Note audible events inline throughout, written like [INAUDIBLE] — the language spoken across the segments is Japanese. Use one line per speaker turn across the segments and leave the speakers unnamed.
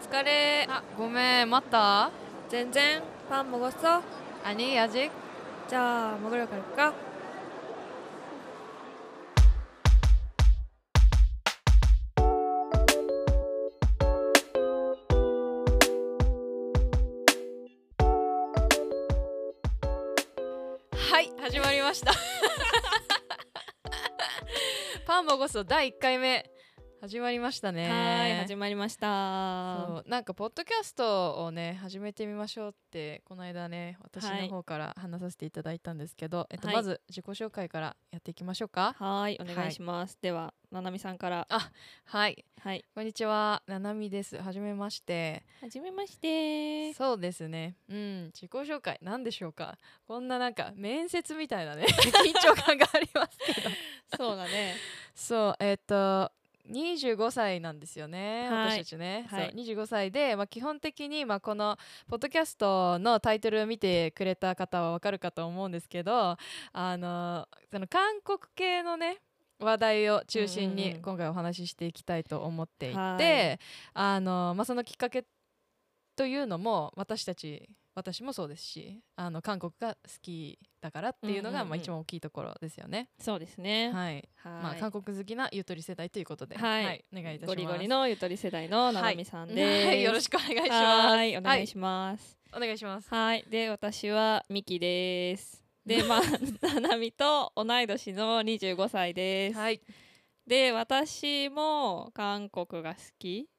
疲れあごめん待った
全然パン먹었어
아니 아직
자 먹으러 갈까?
はい始まりま
[LAUGHS]
した [LAUGHS] パンもごそ第1回目始まりましたね
はい始まりました
そうなんかポッドキャストをね始めてみましょうってこの間ね私の方から話させていただいたんですけど、えっと、
はい
まず自己紹介からやっていきましょうか
はいお願いします、ではななみさんから
はい
はい
こんにちはななみですはじめまして
はじめまして
そうですねうん自己紹介なんでしょうかこんななんか面接みたいな
[LAUGHS]
ね [LAUGHS] 緊張感がありますけど
[LAUGHS] そうだね
そうえっと25歳なんですよね、
はい
私たちね、
はい
そう25歳で、まあ、基本的に、まあ、このポッドキャストのタイトルを見てくれた方はわかるかと思うんですけどあのその韓国系のね話題を中心
うんうん
に
うん
今回お話ししていきたいと思っていて、
はい
あのまあ、そのきっかけというのも私たち私もそうですしあの韓国が好きだからっていうのが、
うんうんうん
まあ、一番大きいところですよね。
そうですね
はい
はい
まあ、韓国好きなゆとり世代ということで、
はい
お願いいたします。
ゴリゴリのゆとり世代のななみさんです、
はいよろしくお願いし
は
ま
ーいお願いします
す。お願いします。
はいで私はミキです
[LAUGHS]
でまあななみと同い年の25歳です、
はい、
で私も韓国が好き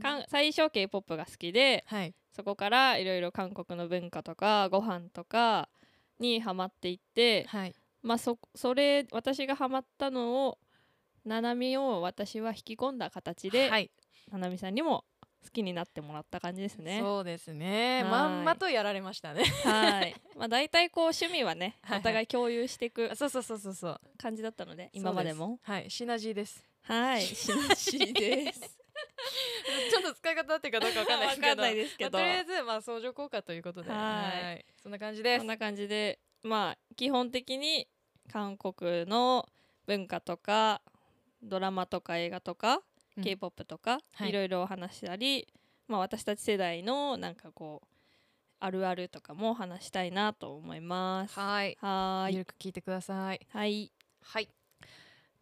かん最初 k p o p が好きで
はい、
そこからいろいろ韓国の文化とかご飯とかにハマっていって、
はい、
まあ、そそれ私がハマったのをななみを私は引き込んだ形で、
はい、
ななみさんにも好きになってもらった感じですね。
そうですね。
はい
まんまとやられましたね。
[LAUGHS] はいまあ、大体こう趣味はね
はいはい
お互い共有していく
そうそうそうそうそう。
感じだったので今まで
そう
も
す。はい、シナジーです。
はい [LAUGHS] しなしです
ちょっと使い方合ってるかどうかわかんないですけど。
[LAUGHS] わかんないですけど
まあとりあえずまあ相乗効果ということで、
はい
いそんな感じで
こ
す
ん。な感じでまあ基本的に韓国の文化とかドラマとか映画とか、
うん
k p o p とか、
はい
い、ろいろお話したり、まあ、私たち世代のなんかこうあるあるとかも話したいなと思います。は
はい、
ー
ゆ
い
るく聞いてください。
はい
はい。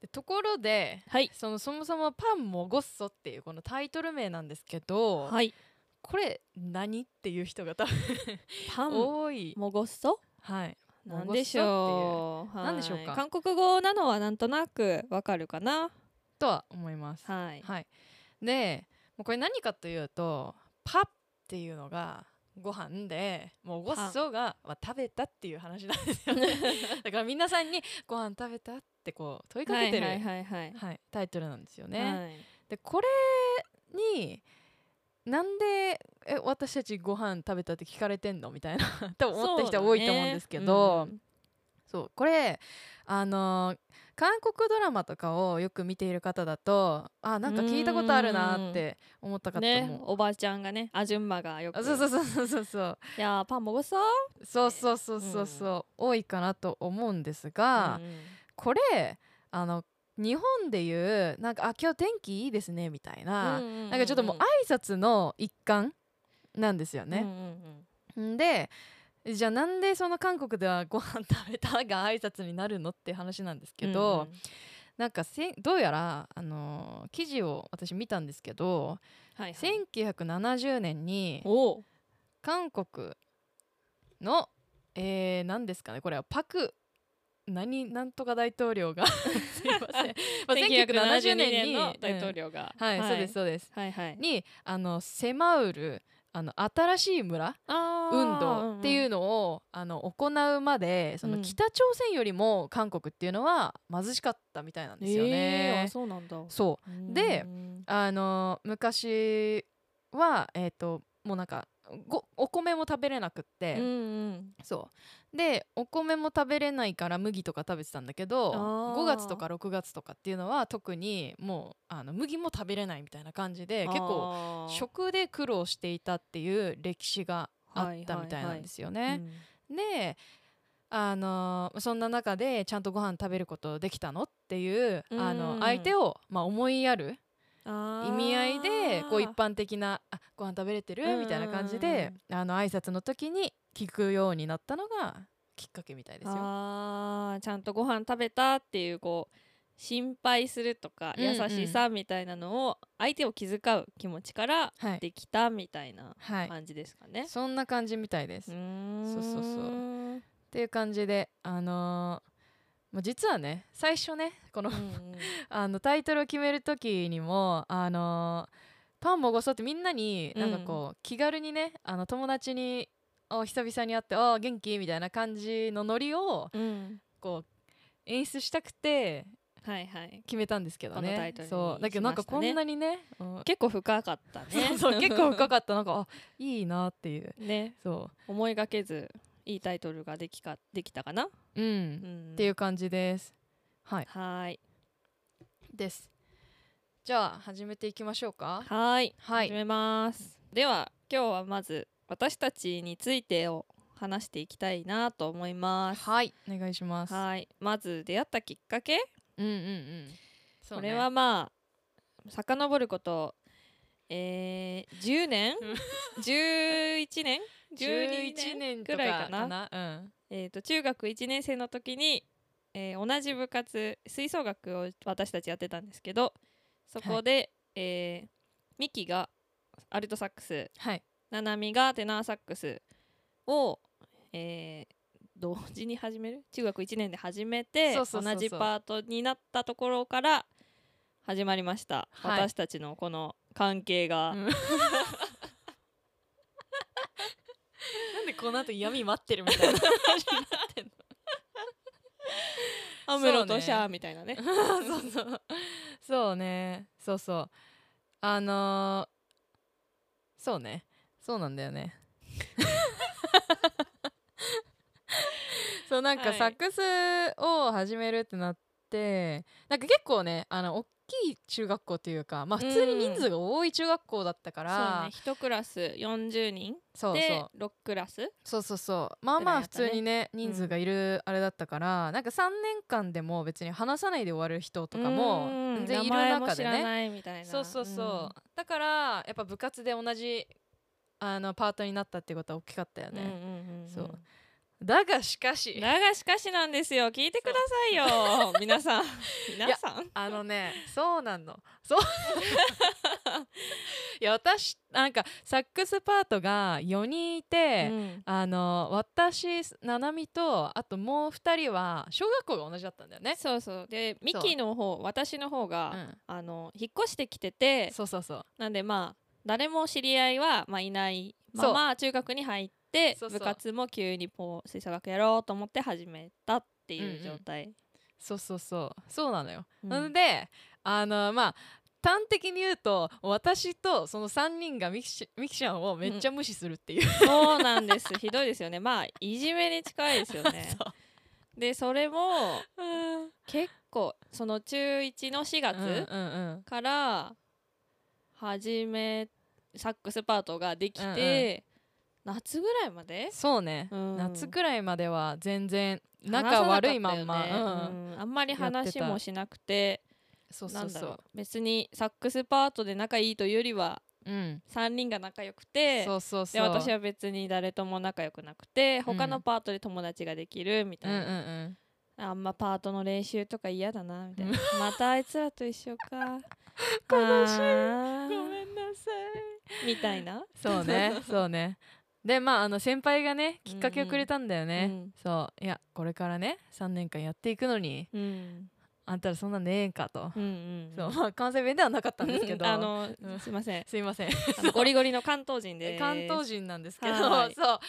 でところで、
はい
そのそもそもパンもごっそっていうこのタイトル名なんですけど、
はい
これ何っていう人が多分
パンも
多い、
ごっそ
はい、
なんでしょう
う
は
ないんでしょうか
韓国語なのはなんとなくわかるかな
とは思います。は
はい
い、でもうこれ何かというとパっていうのがご飯でもうごっそが、まあ、食べたっていう話なんですよね [LAUGHS] だから皆さんにご飯食べたってこう問いかけてる、
は
はいい
はいはい
タイトルなんですよね。
はい、はい
でこれになんでえ私たちご飯食べたって聞かれてんのみたいな [LAUGHS] 多分思った人は多いと思うんですけどそう,、これあの韓国ドラマとかをよく見ている方だとあなんか聞いたことあるなって思った方も、
ねおばあちゃんがねあじゅんまがよ
あ
く
そうそうそうそうそうそう
いやーパンもごそう
そうそうそうそうそう多いかなと思うんですが、
うん
これあの日本でいうなんかあ今日天気いいですねみたいな、
うんうんうん
なんかちょっともう挨拶の一環なんですよ
うん
ね。
うん
んでじゃあなんでその韓国ではご飯食べたが挨拶になるのって話なんですけど、
うんうん
なんかせんどうやら、あのー記事を私見たんですけど、
はいはい
1970年に
おう
韓国の、えー、何ですかねこれはパク何なんとか大統領
[LAUGHS]
がすいません、まあ
1972年の大統、領が
うんはい、そうですそうです
はいはい
にあのセマウルあの新しい村
あー
運動っていうのを、あの行うまでその
うん
北朝鮮よりも韓国っていうのは貧しかったみたいなんですよ
えー
ね。
あそうなんだ
そうで
うん
あの昔はえっ、ともうなんかごお米も食べれなくって、
うんうん
そうでお米も食べれないから麦とか食べてたんだけど
あー
5月とか6月とかっていうのは特にもうあの麦も食べれないみたいな感じで結構
あー
食で苦労していたっていう歴史があったみたいなんですよね。であのそんな中でちゃんとご飯食べることできたのっていう、あ
う
の
ん
相手を、まあ、思いやる意味合いでこう一般的な「あご飯食べれてる?」みたいな感じであの挨拶の時に聞くようになったのがきっかけみたいですよ。
あーちゃんとご飯食べたっていうこう心配するとか
うんう
優
ん
しさみたいなのを相手を気遣う気持ちから
はい、
できたみたいな
はい、
感じですかね。
そんな感じみたいです。
う
っ
ーん
そうそうそうていう感じであのーまあ実はね最初ねこの
うんうん
[LAUGHS] あのタイトルを決める時にもあのパンもごそうってみんなになんかこう、気軽にねあの友達にお久々に会ってあ元気みたいな感じのノリを
うん
こう演出したくて
はいはい。
決めたんですけど
この
ね
タイトルに
そうだけどなんか
しました
こ
ね
んなにねうん
結構深かったね。
[LAUGHS] そう
[LAUGHS]
結構深かったなんかあいいなっていう
ね
そ
思いがけずいいタイトルができかできたかな。
ううん、
うん、
っていう感じですはい
はーい
ですじゃあ始めていきましょうか
はーい
は
始
い
めますでは今日はまず私たちについてを話していきたいなと思いますは
はいお願いします
ーいまず出会ったきっかけ、
うんうんうんそ
こ
うね
れはまあ遡ることえー、10年
うん [LAUGHS]
?11 年 ?12
11
年
年ぐ
ぐ
ら
らい
いか
かな
な
えー、と中学1年生の時に、えー同じ部活吹奏楽を私たちやってたんですけどそこで、えーミキがアルトサックス
はい
ななみがテナーサックスを、えー同時に始める中学1年で始めて
そうそうそうそう
同じパートになったところから始まりました、
はい
私たちのこの関係が、
うんなんでこの後闇待ってるみたいな [LAUGHS]
アムロ
そう
と
ね
シャーみたいなね
[LAUGHS] そうそうそうねそうそうあのーそうねそうなんだよ
[LAUGHS]
ねそうなんか
はい
サックスを始めるってなってなんか結構ねあの大きい中学校というかまあ普通に人数が多い中学校だったか
そう
ら、
ね1クラス40人
そうそう
で6クラス
そうそうそうまあまあ
ぐらいだっ
普
たね
通にね人数がいるあれだったから、なんか3年間でも別に話さないで終わる人とかも
うん
全然いる
名前も
中
知
で
ら
ね
ないみたいな
そうそうそう、だからやっぱ部活で同じあのパートになったってことは大きかったよ
うんうん
ね、
うんうん
そうだがしかし
だがしかしなんですよ聞いてください [LAUGHS] よ皆さん皆さん
あのねそうなの
[LAUGHS]
そういや私なんかサックスパートが4人いて、
うん
あの私ななみとあともう2人は小学校が同じだったんだよね。
そうそうでミキの方私の方が、
うん
あの引っ越してきてて
そうそうそう
なんでまあ誰も知り合いは、まあ、いないまま中学に入って
そうそう
部活も急にこう吹奏楽やろうと思って始めたっていう状態、
そうそうそうそうなのよ、
うん
なのであのまあ端的に言うと私とその3人がミキシミキシャンをめっちゃ無視するっていう、
そうなんですひどいですよねまあいじめに近いですよ [LAUGHS]
[LAUGHS]
ねでそれも
うん
結構その中1の4月、
うんうん
から始めサックスパートができて、夏ぐらいまで
そうね、
うん
夏くらいまでは全然
話さ
仲
なかった
悪
よね
いまんま、
う
うん
んあんまり話もしなくて
そう
な
そうん
だ
そ
ろ
う
う別にサックスパートで仲いいというよりは
うん
3人が仲良くて
そうそうそう
で私は別に誰とも仲良くなくて
うん
他のパートで友達ができるみた
う
い
んう
な、
んうん
あんまパートの練習とか嫌だなみたいな
う
またあいつらと一緒か
[LAUGHS] 悲しい
あー
ごめんなさい
みたいな
そう
[LAUGHS]
ねそうねでまああの先輩がねきっかけをくれたんだよね、
うんうん
そういやこれからね3年間やっていくのに
うん
あんたらそんなんねえんかと、
うんうん
そうまあ関西弁ではなかったんですけど
[LAUGHS] あの、
うん
すいません。
すいません
あのゴリゴリの関東人で
[LAUGHS]
す。
関東人なんですけど、
はい
そう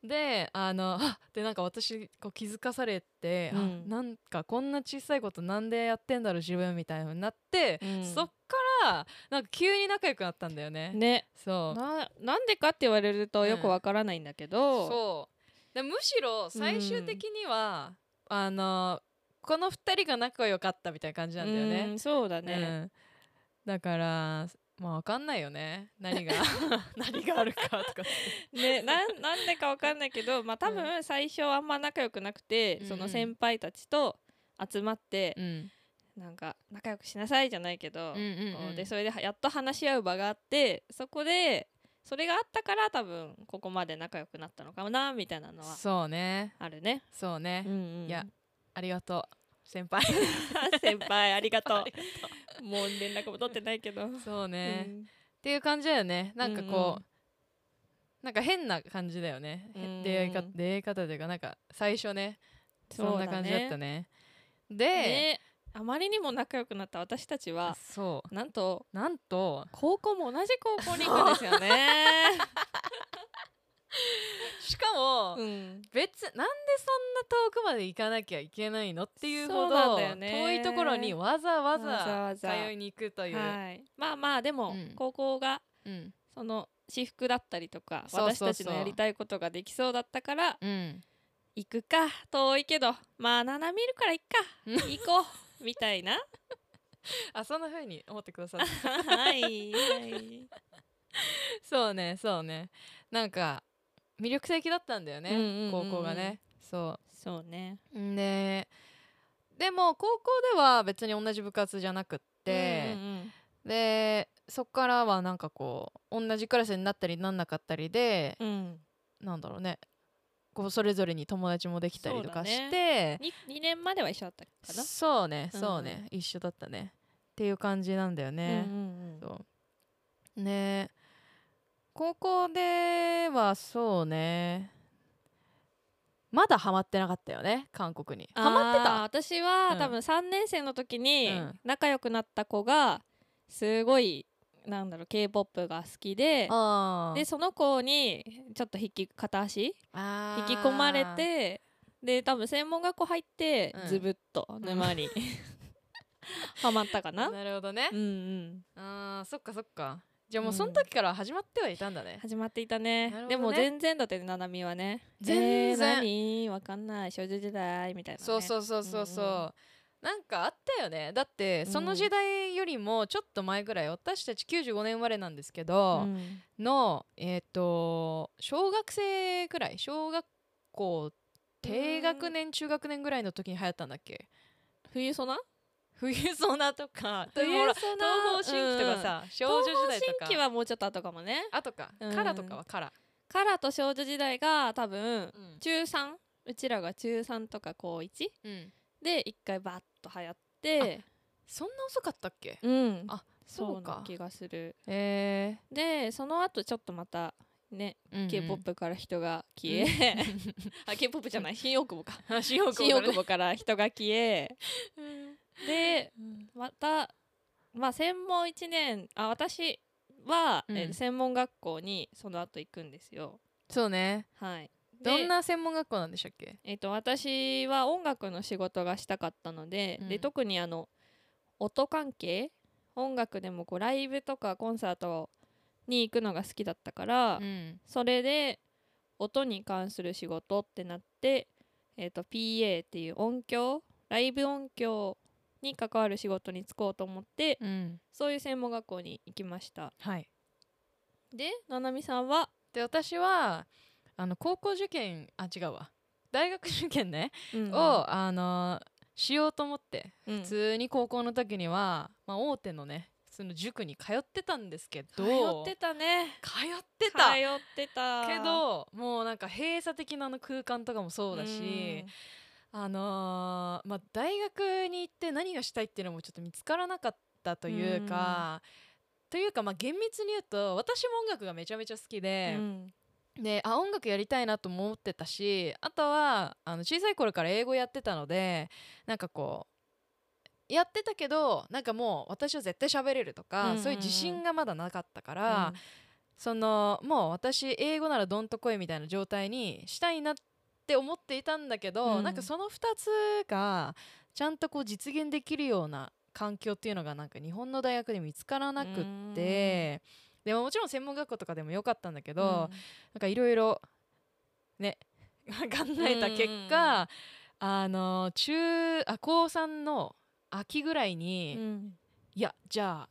であの [LAUGHS] あでなんか私こう気づかされて、あ
うん
なんかこんな小さいことなんでやってんだろう自分みたいな風になって、
うん
そっからなんか急に仲良くなったんだよね。
ね。
そう
ななんでかって言われると
うん
よくわからないんだけど、
そうでむしろ最終的には、あのこの2人が仲良かったみたいな感じなんだよ
う
ね。
んそうだ
う
ね。
んだからまあわかんないよね何
[LAUGHS]
が何があるかとかって
ね、なんなんでかわかんないけど、まあ多
う
分最初あんま仲良くなくて、
うんうん
その先輩たちと集まって、
うん
なんか仲良くしなさいじゃないけど、
うんうんうん
こうでそれでやっと話し合う場があってそこでそれがあったから多分ここまで仲良くなったのかなみたいなのは
そうね
あるね。
そうね、
うんうん
いやありがとう先輩
[LAUGHS] 先輩ありが
[LAUGHS]
と
あ
う
りが
もう連絡も取ってないけど、
そうね、
う
っ
ん
ていう感じだよねなんかこう、
うんうん
なんか変な感じだよね、へ
うんうん
出会い方出会い方というかなんか最初ねそんな感じだった
ね
ねで、
ねあまりにも仲良くなった私たちは
そ
なんと
うなんと
高校も同じ高校に行くんです
[LAUGHS]
よね。
しかも、
うん
別なんでそんな遠くまで行かなきゃいけないのっていうほ
そうなん
ど
だよね
遠いところにわざわ
わざ
ざ
わざ
通いに行くという、
はい、まあまあでも、
うん
高校が
うん
その私服だったりとか
そうそうそう
私たちのやりたいことができそうだったから
うん、
行くか遠いけどまあ斜めるから行
うん
っか行こうみた
[LAUGHS]
いな
あそんな風に思ってくださって
はい、はい
そうねそうねなんか魅力的だったんだよね、
うんうんうんうん
高校がねそ
そうね
うででも高校では別に同じ部活じゃなくって、
うんうん
でそっからはなんかこう同じクラスになったりなんなかったりで、
うんうん
なんだろうねこうそれぞれに友達もできたりとか
そう
し
だ
て
に2年までは一緒だったかな、
そうね
うん
そうね、一緒だったねっていう感じなんだよね
う、んうんうん
そうね高校ではそうねまだハマってなかったよね韓国にハマって
あー
た
私は、
うん
多分3年生の時に
うん
仲良くなった子がすごいなんだろう k p o p が好きで
あ
でその子にちょっと引き片足
あ
引
ー
き込まれてで多分専門学校入って、
うん
ずぶっと沼に [LAUGHS] ハマったかな。
なるほどね、
うんうん、
あーそっかそっかじゃあもううんその時から始まってはいたんだね、
始まっていたね
なるほどね
でも全然だってななみはね
全然
えー何わかんない少女時代みたいな、ね、
そう
う
そうそうそうそう、
うんうん
なんかあったよねだって
うん
その時代よりもちょっと前ぐらい私たち95年生まれなんですけど、
ん
のえっ、と小学生ぐらい小学校低学年中学年ぐらいの時に流行ったんだっけ
冬ソナ
冬ソナと [LAUGHS] かでもほら
冬ソナ
東方神起とかさ、少女時代
東
と
方
か
神起はもうちょっと後かもね
あとか、
うん
カラとかはカラ、
カラと少女時代が多分
うん
中3うちらが中3とか高1で一回バッと流行って
そんな遅かったっけ
うん
あ
そ
そうう
な
か
気がする
え
でその後ちょっとまたね、
ー、
k p o p から人が消え、 [LAUGHS] あ k p o p じゃない新大久保か
[LAUGHS] 新大
新大
保
久保から人が消えでまたまあ専門1年あ私は、え
うん
専門学校にその後行くんですよ
[LAUGHS] そうね
はいで
どんな専門学校なんでしたっけ
えっと私は音楽の仕事がしたかったので,、
うん
で特にあの音関係音楽でもこうライブとかコンサートに行くのが好きだったから、
ん、
それで音に関する仕事ってなって、えー、と PA っていう音響ライブ音響に関わる仕事に就こうと思って、
うん、
そういう専門学校に行きました
はい
でななみさんは、
で私はあの高校受験あ違うわ大学受験ね、
うん
を、あのしようと思って
うん
普通に高校の時には、まあ、大手のね普通の塾に通ってたんですけど
通ってたね
通ってた
通ってた
けどもうなんか閉鎖的なあの空間とかもそうだし、あのーまあ、大学に行って何がしたいっていうのもちょっと見つからなかったというか、というかまあ厳密に言うと私も音楽がめちゃめちゃ好き
うん、
で
う,、ん
であ音楽やりたいなとも思ってたしあとはあの小さい頃から英語やってたのでなんかこうやってたけどなんかもう私は絶対喋れるとか、
うんうんうん
そういう自信がまだなかったか
うん
ら、そのもう私英語ならどんとこいみたいな状態にしたいなって思っていたんだけど、
うん
なんかその2つがちゃんとこう実現できるような環境っていうのがなんか日本の大学で見つからなくって、でももちろん専門学校とかでもよかったんだけど、なんかいろいろね考えた結
うんうんう
果、あの中あ高3の秋ぐらいに、
うん
いやじゃあ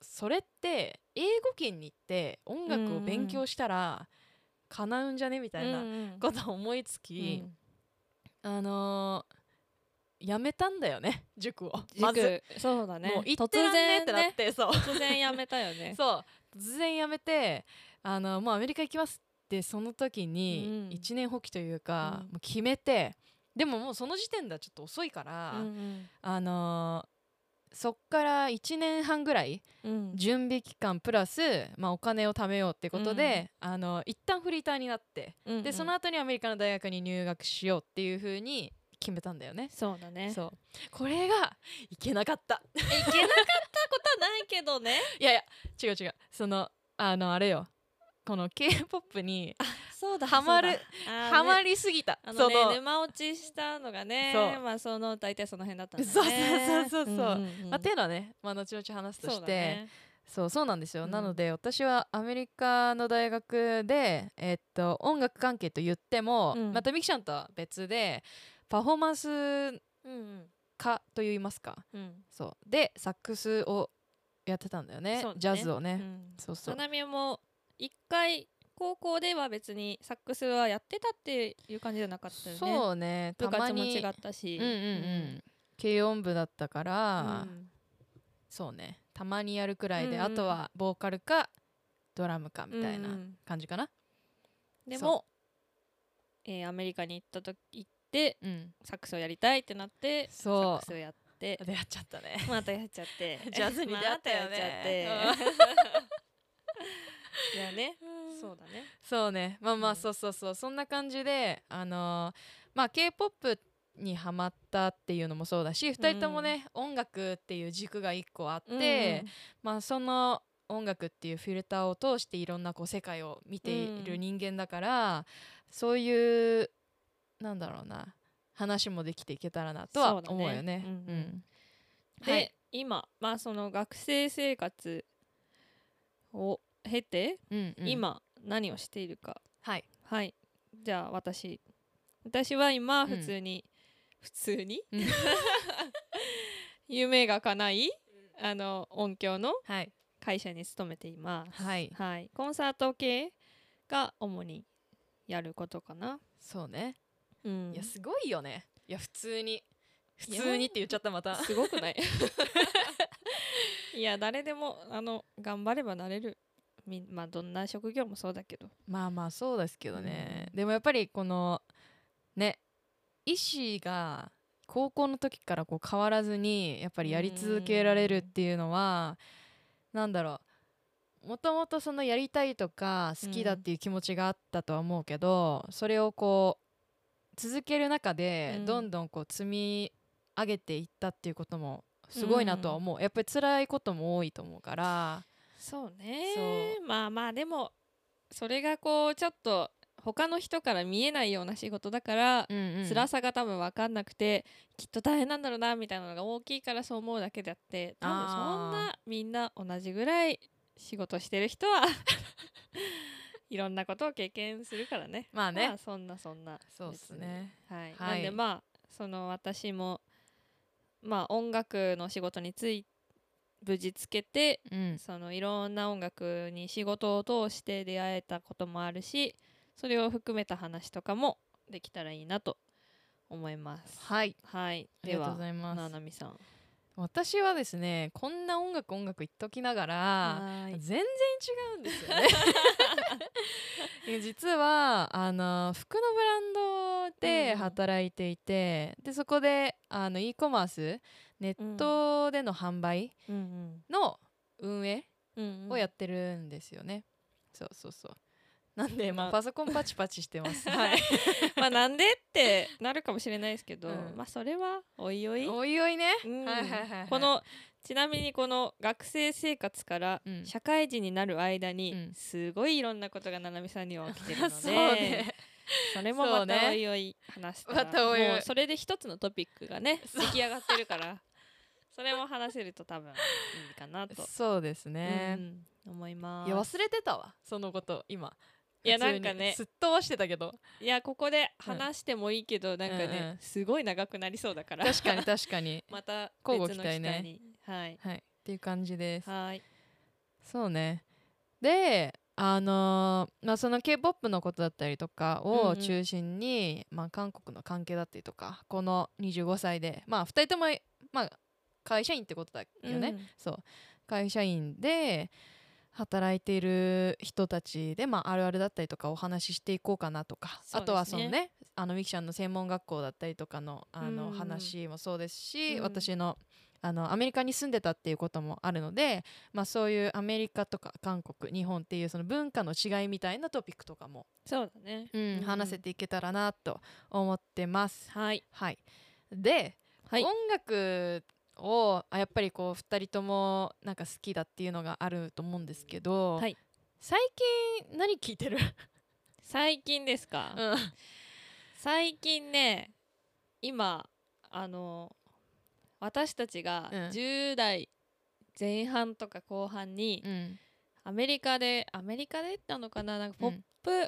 それって英語圏に行って音楽を勉強したら叶うんじゃねみたいな
うんうん
ことを思いつき、
うん
あのーやめたんだよね塾を
塾
まず、
そうだね
もう行ってらんねえってなって、そう
突然ね突然やめたよね
そう突然やめてあのもうアメリカ行きますってその時に
うん
一年放棄というか、
う
も
ん
う決めてでももうその時点ではちょっと遅いから、
うん
あのーそっから1年半ぐらい
うんうん
準備期間プラス、まあ、お金を貯めようってことで、あの一旦フリーターになって
うんうん
でその後にアメリカの大学に入学しようっていうふうに決めたんだよね。
そうだね
そうこれがいけなかった [LAUGHS]
いけなかったことはないけどね
いやいや違う違うそのあのあれよこの k p o p に
そうだ
ハマるハマ
り
りすぎた、
あ
そ
の
の
ね沼落ちしたのがね
そう
まあその大体その辺だったんだね
そうそうそうそうそうん
んん
まあ、っていうのはね、まあ、後々話すと
そう
し
だ
て、
ね
そうそうなんですよ、
うん
なので私はアメリカの大学で、えっと音楽関係と言っても、
うん
またミキちゃんとは別でパフォーマンス
うんうん
科と言いますか
うん
そうでサックスをやってたんだよね
そうだね
ジャズを
う
ね、
ん
そうそ
さ
う
なみも一回高校では別にサックスはやってたっていう感じじゃなかったよね
そうね
部
たま
活も
に
違ったし
うんうんうん軽音部だったか
うん
ら、そうねたまにやるくらいで、
うんうん
あとはボーカルかドラムかみたい
うんう
なん感じかな、
でも
そ、
えーアメリカに行った時行って
うん
サックスをやりたいってなってサ
そう
ックスをやって
でやっちゃったね
またやっちゃって
[LAUGHS] ジャズに出会ったよね
ま [LAUGHS] たやっちゃっていやねそうだね
そうねまあま
う
あ
ん
そうそうそうそんな感じであのーまあ k p o p にハマったっていうのもそうだし2人ともね、音楽っていう軸が1個あって、まあその音楽っていうフィルターを通していろんなこう世界を見ている
うん
人間だから、そういうなんだろうな話もできていけたらなとは
そうだね
思うよね。
うんうん
うん
で、
はい
今まあその学生生活を経て、
うんうん
今何をしているか
はい
はいじゃあ私私は今
ん
普通に、普通に、
うん
[LAUGHS] 夢が叶いあの音響の
はい
会社に勤めています
はい
はい、コンサート系が主にやることかな
そうね、
うん
いやすごいよねいや普通に普通にって言っちゃったまた
す
[LAUGHS]
ごくないいや誰でもあの頑張ればなれるみまあどんな職業もそうだけど
まあまあそうですけどね、でもやっぱりこのね意思が高校の時からこう変わらずにやっぱりやり続けられるっていうのは、なんだろうもともとそのやりたいとか好きだっていう気持ちがあったとは思うけど、それをこう続ける中で
うん
どんどんこう積み上げていったっていうこともすごいなとは思う、やっぱり辛いことも多いと思うから
そうねまあまあでもそれがこうちょっと他の人から見えないような仕事だから、辛さが多分分かんなくてきっと大変なんだろうなみたいなのが大きいからそう思うだけであって多分そんなみんな同じぐらい仕事してる人は [LAUGHS] いろんなことを経験するからね。
まあね
まあ、そんなそんな
そうっすね
別にはい、
はい
なんでまあその私もまあ音楽の仕事につい無事つけて
うん
そのいろんな音楽に仕事を通して出会えたこともあるしそれを含めた話とかもできたらいいなと思います。
はい
はい、
あり
で
がとう
は
ございます
ななみさん
私はですねこんな音楽音楽言っときながら
はい
全然違うんです [LAUGHS] よねいや実はあの服のブランドで働いていて、でそこであの e コマースネットでの販売
うん
の運営
うん
をやってるんですよね、そうそうそうなんで、ま
ま
あ、
あ
パソコンパチパチしてます [LAUGHS] はい
まあなんでってなるかもしれないですけど、
うん
まあそれはおいおい。
おいおいね、
うん
はいはいはいはい
このちなみにこの学生生活から
うん
社会人になる間に、
うん
すごいいろんなことがななみさんには起きてるの
[LAUGHS]
で
[LAUGHS] そうね
それも
そ
ま
うね
たおいおい話したら
またおいおい
もうそれで一つのトピックがね出来上がってるからそれも話せると多分いいかなと、
そうですね、
うん思いま
いや
す
忘れてたわそのこと今
いや
普通に
なんかね
すっ飛ばしてたけど
いやここで話してもいいけど、なんかね、
うんうん
すごい長くなりそうだから
確 [LAUGHS]
[LAUGHS]
かに確かに
また別
交
の
互期待
機会
ね
に、はい
はいっていう感じです
はい
そうねであのーまあ、その k p o p のことだったりとか
うんう
を
ん
中心に、まあ、韓国の関係だったりとかこの25歳で、まあ、2人とも、まあ、会社員ってことだよね、
うん
そう会社員で働いている人たちで、まあ、あるあるだったりとかお話ししていこうかなとか、
そうです
あ
ね
とはそのねあのミキちゃんの専門学校だったりとかのあ
う
の
んうん
話もそうですし、
うん
私のあのアメリカに住んでたっていうこともあるので、まあ、そういうアメリカとか韓国日本っていうその文化の違いみたいなトピックとかも、
そうだね、
うん話せていけたらなと思ってます。
はい
はい、で
はい
音楽をあやっぱりこう2人ともなんか好きだっていうのがあると思うんですけど、
はい
最近何聴いてる、
最近ですか、
うん、
最近ね今あの私たちが
うん
10代前半とか後半に、
うん
アメリカでアメリカでなのかななんかポッ
ッ
プ、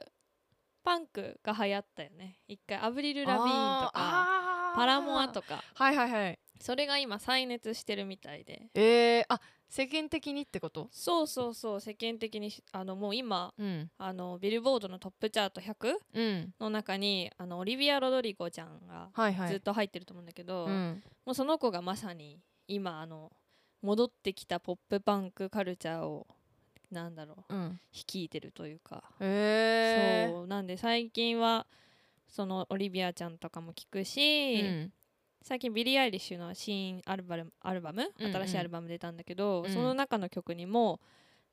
パンクが流行ったよね一回アブリル・
プ
ラビーンとかパラモアと
か
か
はいはいはい
それが今再熱してるみたいで
えー、あ世間的にってこと
そうそうそう世間的にしあのもう今
うん
あのビルボードのトップチャート100
うん
の中にあのオリビア・ロドリゴちゃんが
はいはい
ずっと入ってると思うんだけど、
うん
もうその子がまさに今あの戻ってきたポップパンクカルチャーをなんだろう
うん
率いてるというか、
えー
そうなんで最近はそのオリビアちゃんとかも聞くし、
うん
最近ビリー・アイリッシュの新アルバムアルバム
うんうん
新しいアルバム出たんだけど、
うん
その中の曲にも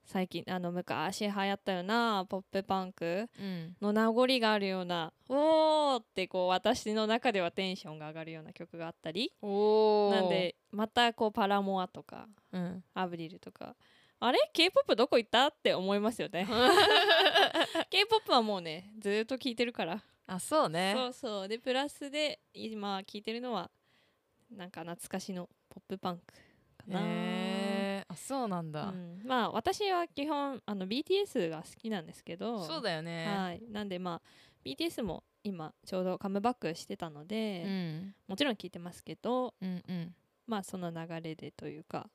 最近あの昔流行ったようなポップパンク
うん
の名残があるようなおーってこう私の中ではテンションが上がるような曲があったり
おー
なんでまたこうパラモアとか
うん
アブリルとかあれ k p o p どこ行ったって思います
[LAUGHS]
よね [LAUGHS] k p o p はもうねずーっと聴いてるから、
あそうね
そうそうでプラスで今聴いてるのはなんか懐かしのポップパンクかな、
えー、あそうなんだ、
うんまあ私は基本あの BTS が好きなんですけど
そうだよね
はいなんでまあ BTS も今ちょうどカムバックしてたので、
うん
もちろん聴いてますけど
うんうん
まあその流れでというか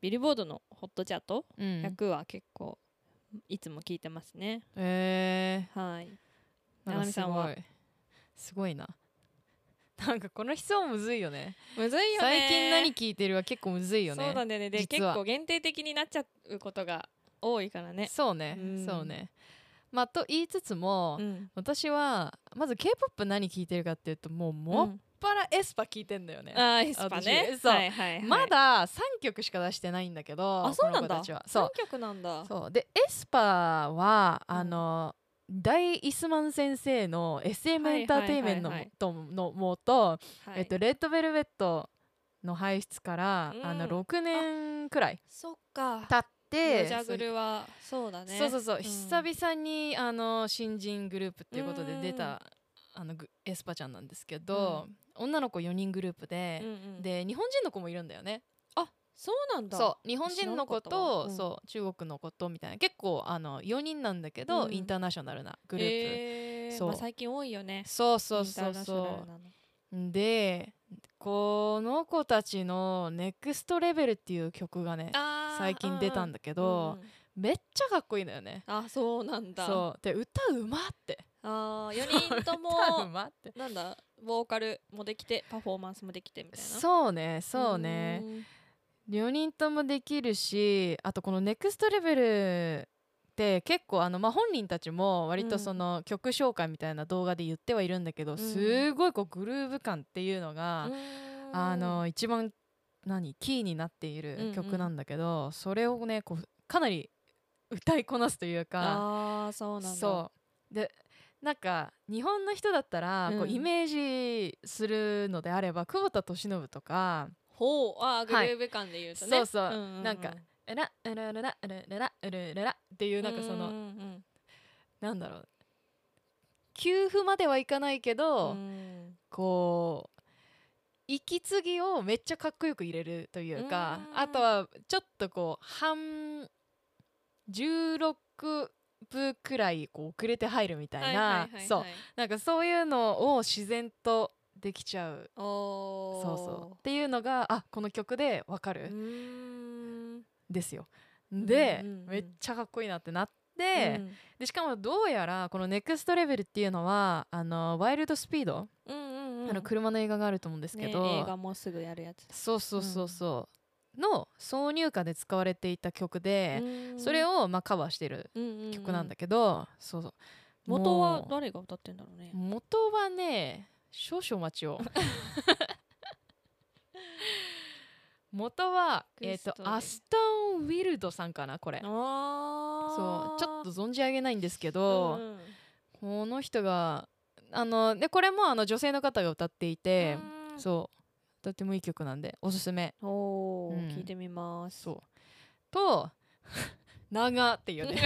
ビルボードのホットチャート
うん
100は結構いつも聞いてますね、
え
はい
ー、
ななみさんは
かすごいすごいななんかこの質問むずいよね
むずいよ
最
ね
近何聞いてるは結構むずいよね
そうなんだよねで結
実は
構限定的になっちゃうことが多いからね
そうね
うん
そうねまあと言いつつも、
うん
私はまず k p o p 何聞いてるかっていうともうもっぱらエスパ聞いてんだよね
うん、あーエスパね
私そう
はいはいはい、
まだ3曲しか出してないんだけど
あそうな
この
んだ
子たちはそう
三曲なんだ
そうでエスパーは
うん
あの、大イスマン先生の SM
はいはいはいはい
エンターテインメントの,、とのもと、
はい
えっと、レッドベルベットの排出から、
うん
あの6年くらい
そっか
経って
ロジャグルはそうだね
そうそうそう、
ん
久々にあの新人グループっていうことで出
うん
たあのグエスパちゃんなんですけど、女の子4人グループで
う、んうん
で日本人の子もいるんだよね。
そうなんだ
そう日本
知ら
人
な
の
かっ
子
たわ
と、
うん
そう中国の子とみたいな結構あの4人なんだけど、
うん
インターナショナルなグループ、
えー
そう
まあ、最近多いよね
そうそう
イ
そ
ン
う
ターナショナル
そ
なの
うでこの子たちの「ネクストレベルっていう曲がね
あー
最近出たん
だ
だけど、
うんうん
めっちゃかっこいいのよね
あそうなんだ
そうで歌うまって
あ4人と
[LAUGHS] 歌う
も
まって
なんだボーカルもできてパフォーマンスもできてみたいな
そうねそうね4人ともできるしあとこの「ネクストレベルって結構あの、まあ、本人たちも割
う
と
ん
その曲紹介みたいな動画で言ってはいるんだけど、
ん
すごいこうグルーヴ感っていうの
う
が、
んうん
あの一番何キーになってい
うんう
る
ん
曲なんだけど、それをねこうかなり歌いこなすというか
あーそうなんだ
そうでなんか日本の人だったらこ
う
うんイメージするのであれば、久保田利伸とか
ほうあーグ
はい
ルーヴ感で言うとね、
そうそう
うんうんうん
なんかうらうらうらうらうらうらうらっていうなんかその、
うんうん
なんだろう給付まではいかないけど、
うん
こう息継ぎをめっちゃかっこよく入れるというか
うん
あとはちょっとこう半16分くらいこう遅れて入るみたい
は
ない
はいはいはい
そうなんかそういうのを自然とできちゃう
おー
そうそうっていうのがあこの曲でわかる
うーん
ですよ。で、
うんうんうん
めっちゃかっこいいなってなって、でしかもどうやらこのネクストレベルっていうのはあのワイルドスピード、
うんうんうん
あの車の映画があると思うんですけど、
ね、映画もうすぐやるやつ、
そうそうそうそう、の挿入歌で使われていた曲で、それ
を
をまあカバーしてる曲なんだけど、そうそう
元は
もう
誰が歌ってんだろうね
元はね少々お待ち
[LAUGHS]
を元は、えー、と
クリストで
アストン・ウィルドさんかなこれ
あ
そうちょっ
っ
と存じ上げないんですけど、この人があのでこれもあの女性の方が歌っていて、そうとってもいい曲なんでおすすめ
うんおお、
うん
聞いてみます
そうと「長」っていう
[LAUGHS]
ね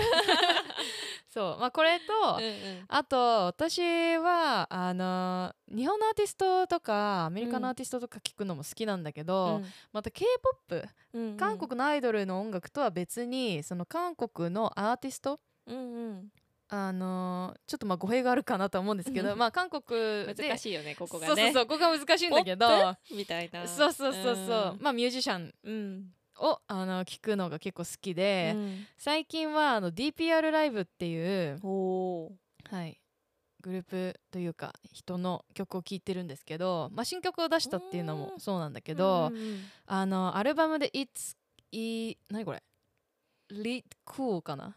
そうまあこれと、
うんうん
あと私はあの日本のアーティストとかアメリカ
うん
のアーティストとか聞くのも好きなんだけど、また k p o p
うんうん
韓国のアイドルの音楽とは別にその韓国のアーティスト
うんうん
あのちょっとまあ語弊があるかなとは思うんですけ
う
ど
ん
まあ韓国で
難しいよねここが
そうそう
ね
そうここが難しいんだけど
ポッみたいな
そうそうそうそう、まあミュージシャン
うん
をあの聞くのが結構好きで、
うん
最近はあの DPR ライブっていう
おお
はい、グループというか人の曲を聴いてるんですけど、まあ、新曲を出したっていうのも
うん
そうなんだけど、
うんうん
あのアルバムで「It's E」何これ「Elite Cool」かな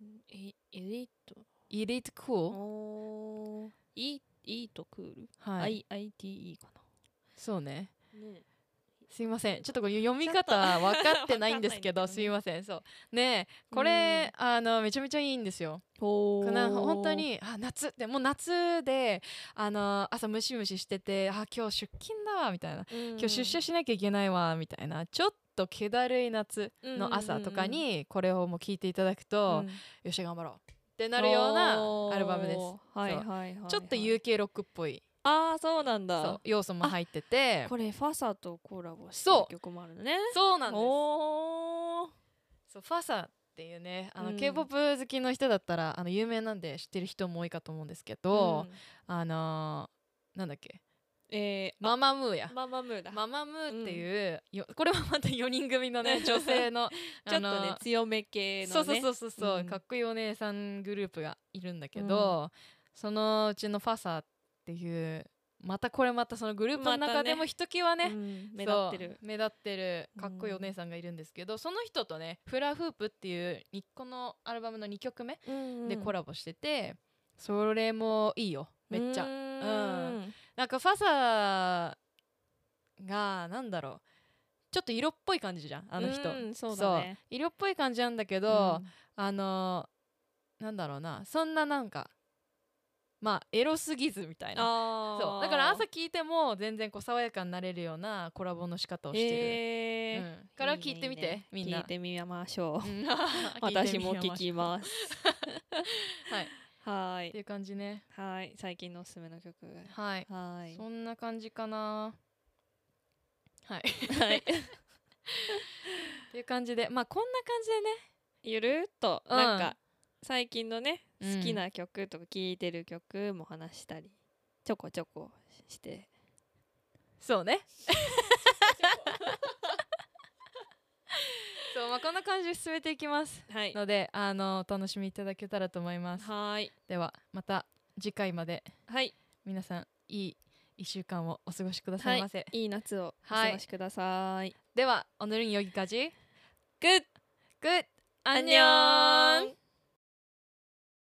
うんえエリート
「Elite Cool
おーイイートクール」
はい、
I I T E か
そうね
なね
すいませんちょっとこれ読み方分かってないんですけど
わかん
す
ないんだけどね
いませんそうねえこれ、あのめちゃめちゃいいんですよ
お
この本当にあ夏ってもう夏であの朝ムシムシしててあ今日出勤だわみたいな今日出社
し
しなきゃいけないわみたいなちょっと気だるい夏の朝とかにこれをもう聞いていただくと、よっしゃ頑張ろうってなるようなアルバムです、
はいはいはいはい
ちょっと UK ロックっぽい
ああそうなん
そ
だ
う要素も入ってて
これファサとコラボし
そう
た曲もあるのね
そうなんです
おー
そうファサっていうねあの、
うん
K-POP 好きの人だったらあの有名なんで知ってる人も多いかと思うんですけど、
うん
あのーなんだっけ
えー
ママムーや
ママムーだ
ママムーっていう、よこれはまた4人組の
[LAUGHS]
ね女性の
ち
あ
ょっと
の
ね
ー
強め系
そ
の
うそう
ね
そうそうそう、
うん
かっこいいお姉さんグループがいるんだけど、そのうちのファサっていうまたこれまたそのグループの
また
中
ね
でもひときわね,
う
そうん、
ん目立ってる
目立ってる
うん
かっこいいお姉さんがいるんですけど、その人とね「フラフープ」っていう日このアルバムの2曲目でコ
ラ
ラボしてて、それもいいよめっちゃ。
ゃ
うんなんかファサがなんだろうちょっと色っぽい感じじゃんあの人。
そうだね
色っぽい感じなんだけど、あのーなんだろうなそんななんかまあエロすぎずみたいな
あ
そうだから朝聞いても全然こう爽やかになれるようなコラボの仕方をしてる、
え
うん、から聞いてみてみんな
聞いてみましょ
う
うん。私も
[LAUGHS] 聞いてみ
聞
ましょう
きます。
はいっ
は
て
い。
いう感じね
はい。最近のおすすめの曲。
はい、
はい。
そんな感じかなはい [LAUGHS]
[LAUGHS] はい
っていう感じでまあこんな感じでね
ゆるっと、
うん
なんか、最近のね、
うん
好きな曲とか聴いてる曲も話したり、ちょこちょこして。
そう
[LAUGHS]
ねそうまあこんな感じで進めていきます
はい。
のであのお楽しみいただけたらと思います
はい。
ではまた次回まで
はい。
皆さんいい1週間をお過ごしくださ
はい
ませ、
い。いい夏をお
は
過
い
ごしください。
では오늘은여기까지
グッ
끝
ア
안
ンニョ
녕
ン